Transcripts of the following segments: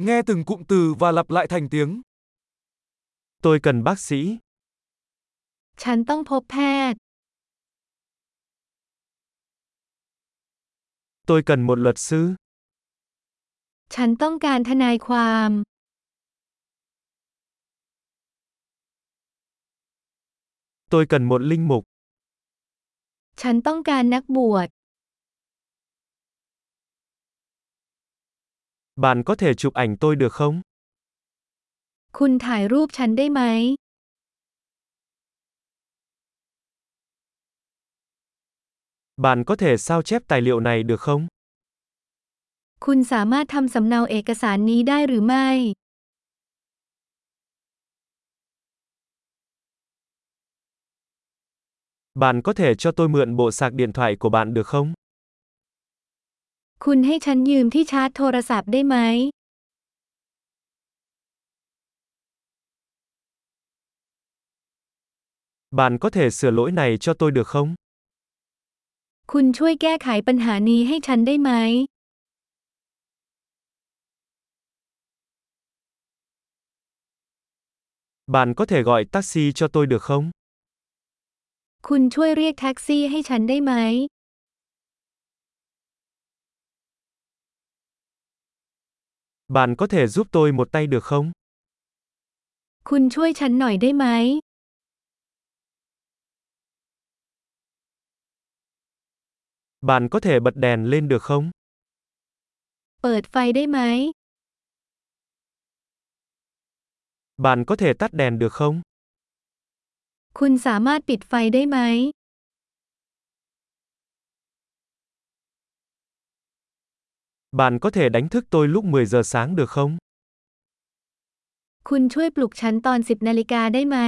Nghe từng cụm từ và lặp lại thành tiếng. Tôi cần bác sĩ. ฉันต้องพบแพทย์ Tôi cần một luật sư. ฉันต้องการทนายความ Tôi cần một linh mục. ฉันต้องการนักบวช Bạn có thể chụp ảnh tôi được không? คุณถ่ายรูปฉันได้ไหม Bạn có thể sao chép tài liệu này được không? คุณสามารถทำสำเนาเอกสารนี้ได้หรือไม่ Bạn có thể cho tôi mượn bộ sạc điện thoại của bạn được không? คุณให้ฉันยืมที่ชาร์จโทรศัพท์ได้ไหม Bạn có thể sửa lỗi này cho tôi được không? คุณช่วยแก้ไขปัญหานี้ให้ฉันได้ไหม Bạn có thể gọi taxi cho tôi được không? คุณช่วยเรียกแท็กซี่ให้ฉันได้ไหม Bạn có thể giúp tôi một tay được không? คุณช่วยฉันหน่อยได้ไหม Bạn có thể bật đèn lên được không? เปิดไฟได้ไหม Bạn có thể tắt đèn được không? คุณสามารถปิดไฟได้ไหม Bạn có thể đánh thức tôi lúc 10 giờ sáng được không? คุณช่วยปลุกฉันตอน 10นาฬิกาได้ไหม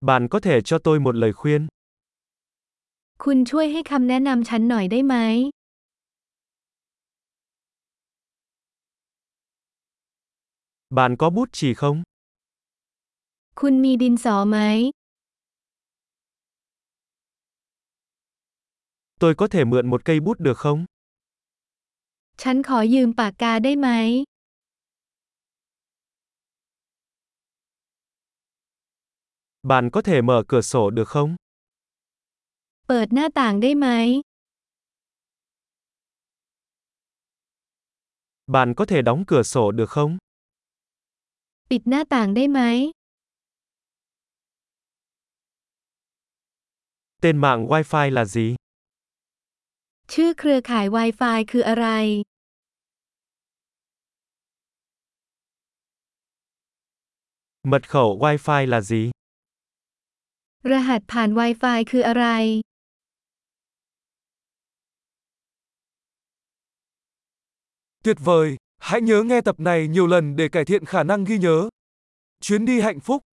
Bạn có thể cho tôi một lời khuyên. คุณช่วยให้คำแนะนำฉันหน่อยได้ไหม Bạn có bút chì không? คุณมีดินสอไหม Tôi có thể mượn một cây bút được không? ฉันขอยืมปากกาได้ไหม Bạn có thể mở cửa sổ được không? เปิดหน้าต่างได้ไหม Bạn có thể đóng cửa sổ được không? ปิดหน้าต่างได้ไหม Tên mạng Wi-Fi là gì? ชื่อเครือข่าย Wi-Fi คืออะไร Mật khẩu Wi-Fi là gì? รหัสผ่าน Wi-Fi คืออะไร Tuyệt vời! Hãy nhớ nghe tập này nhiều lần để cải thiện khả năng ghi nhớ. Chuyến đi hạnh phúc!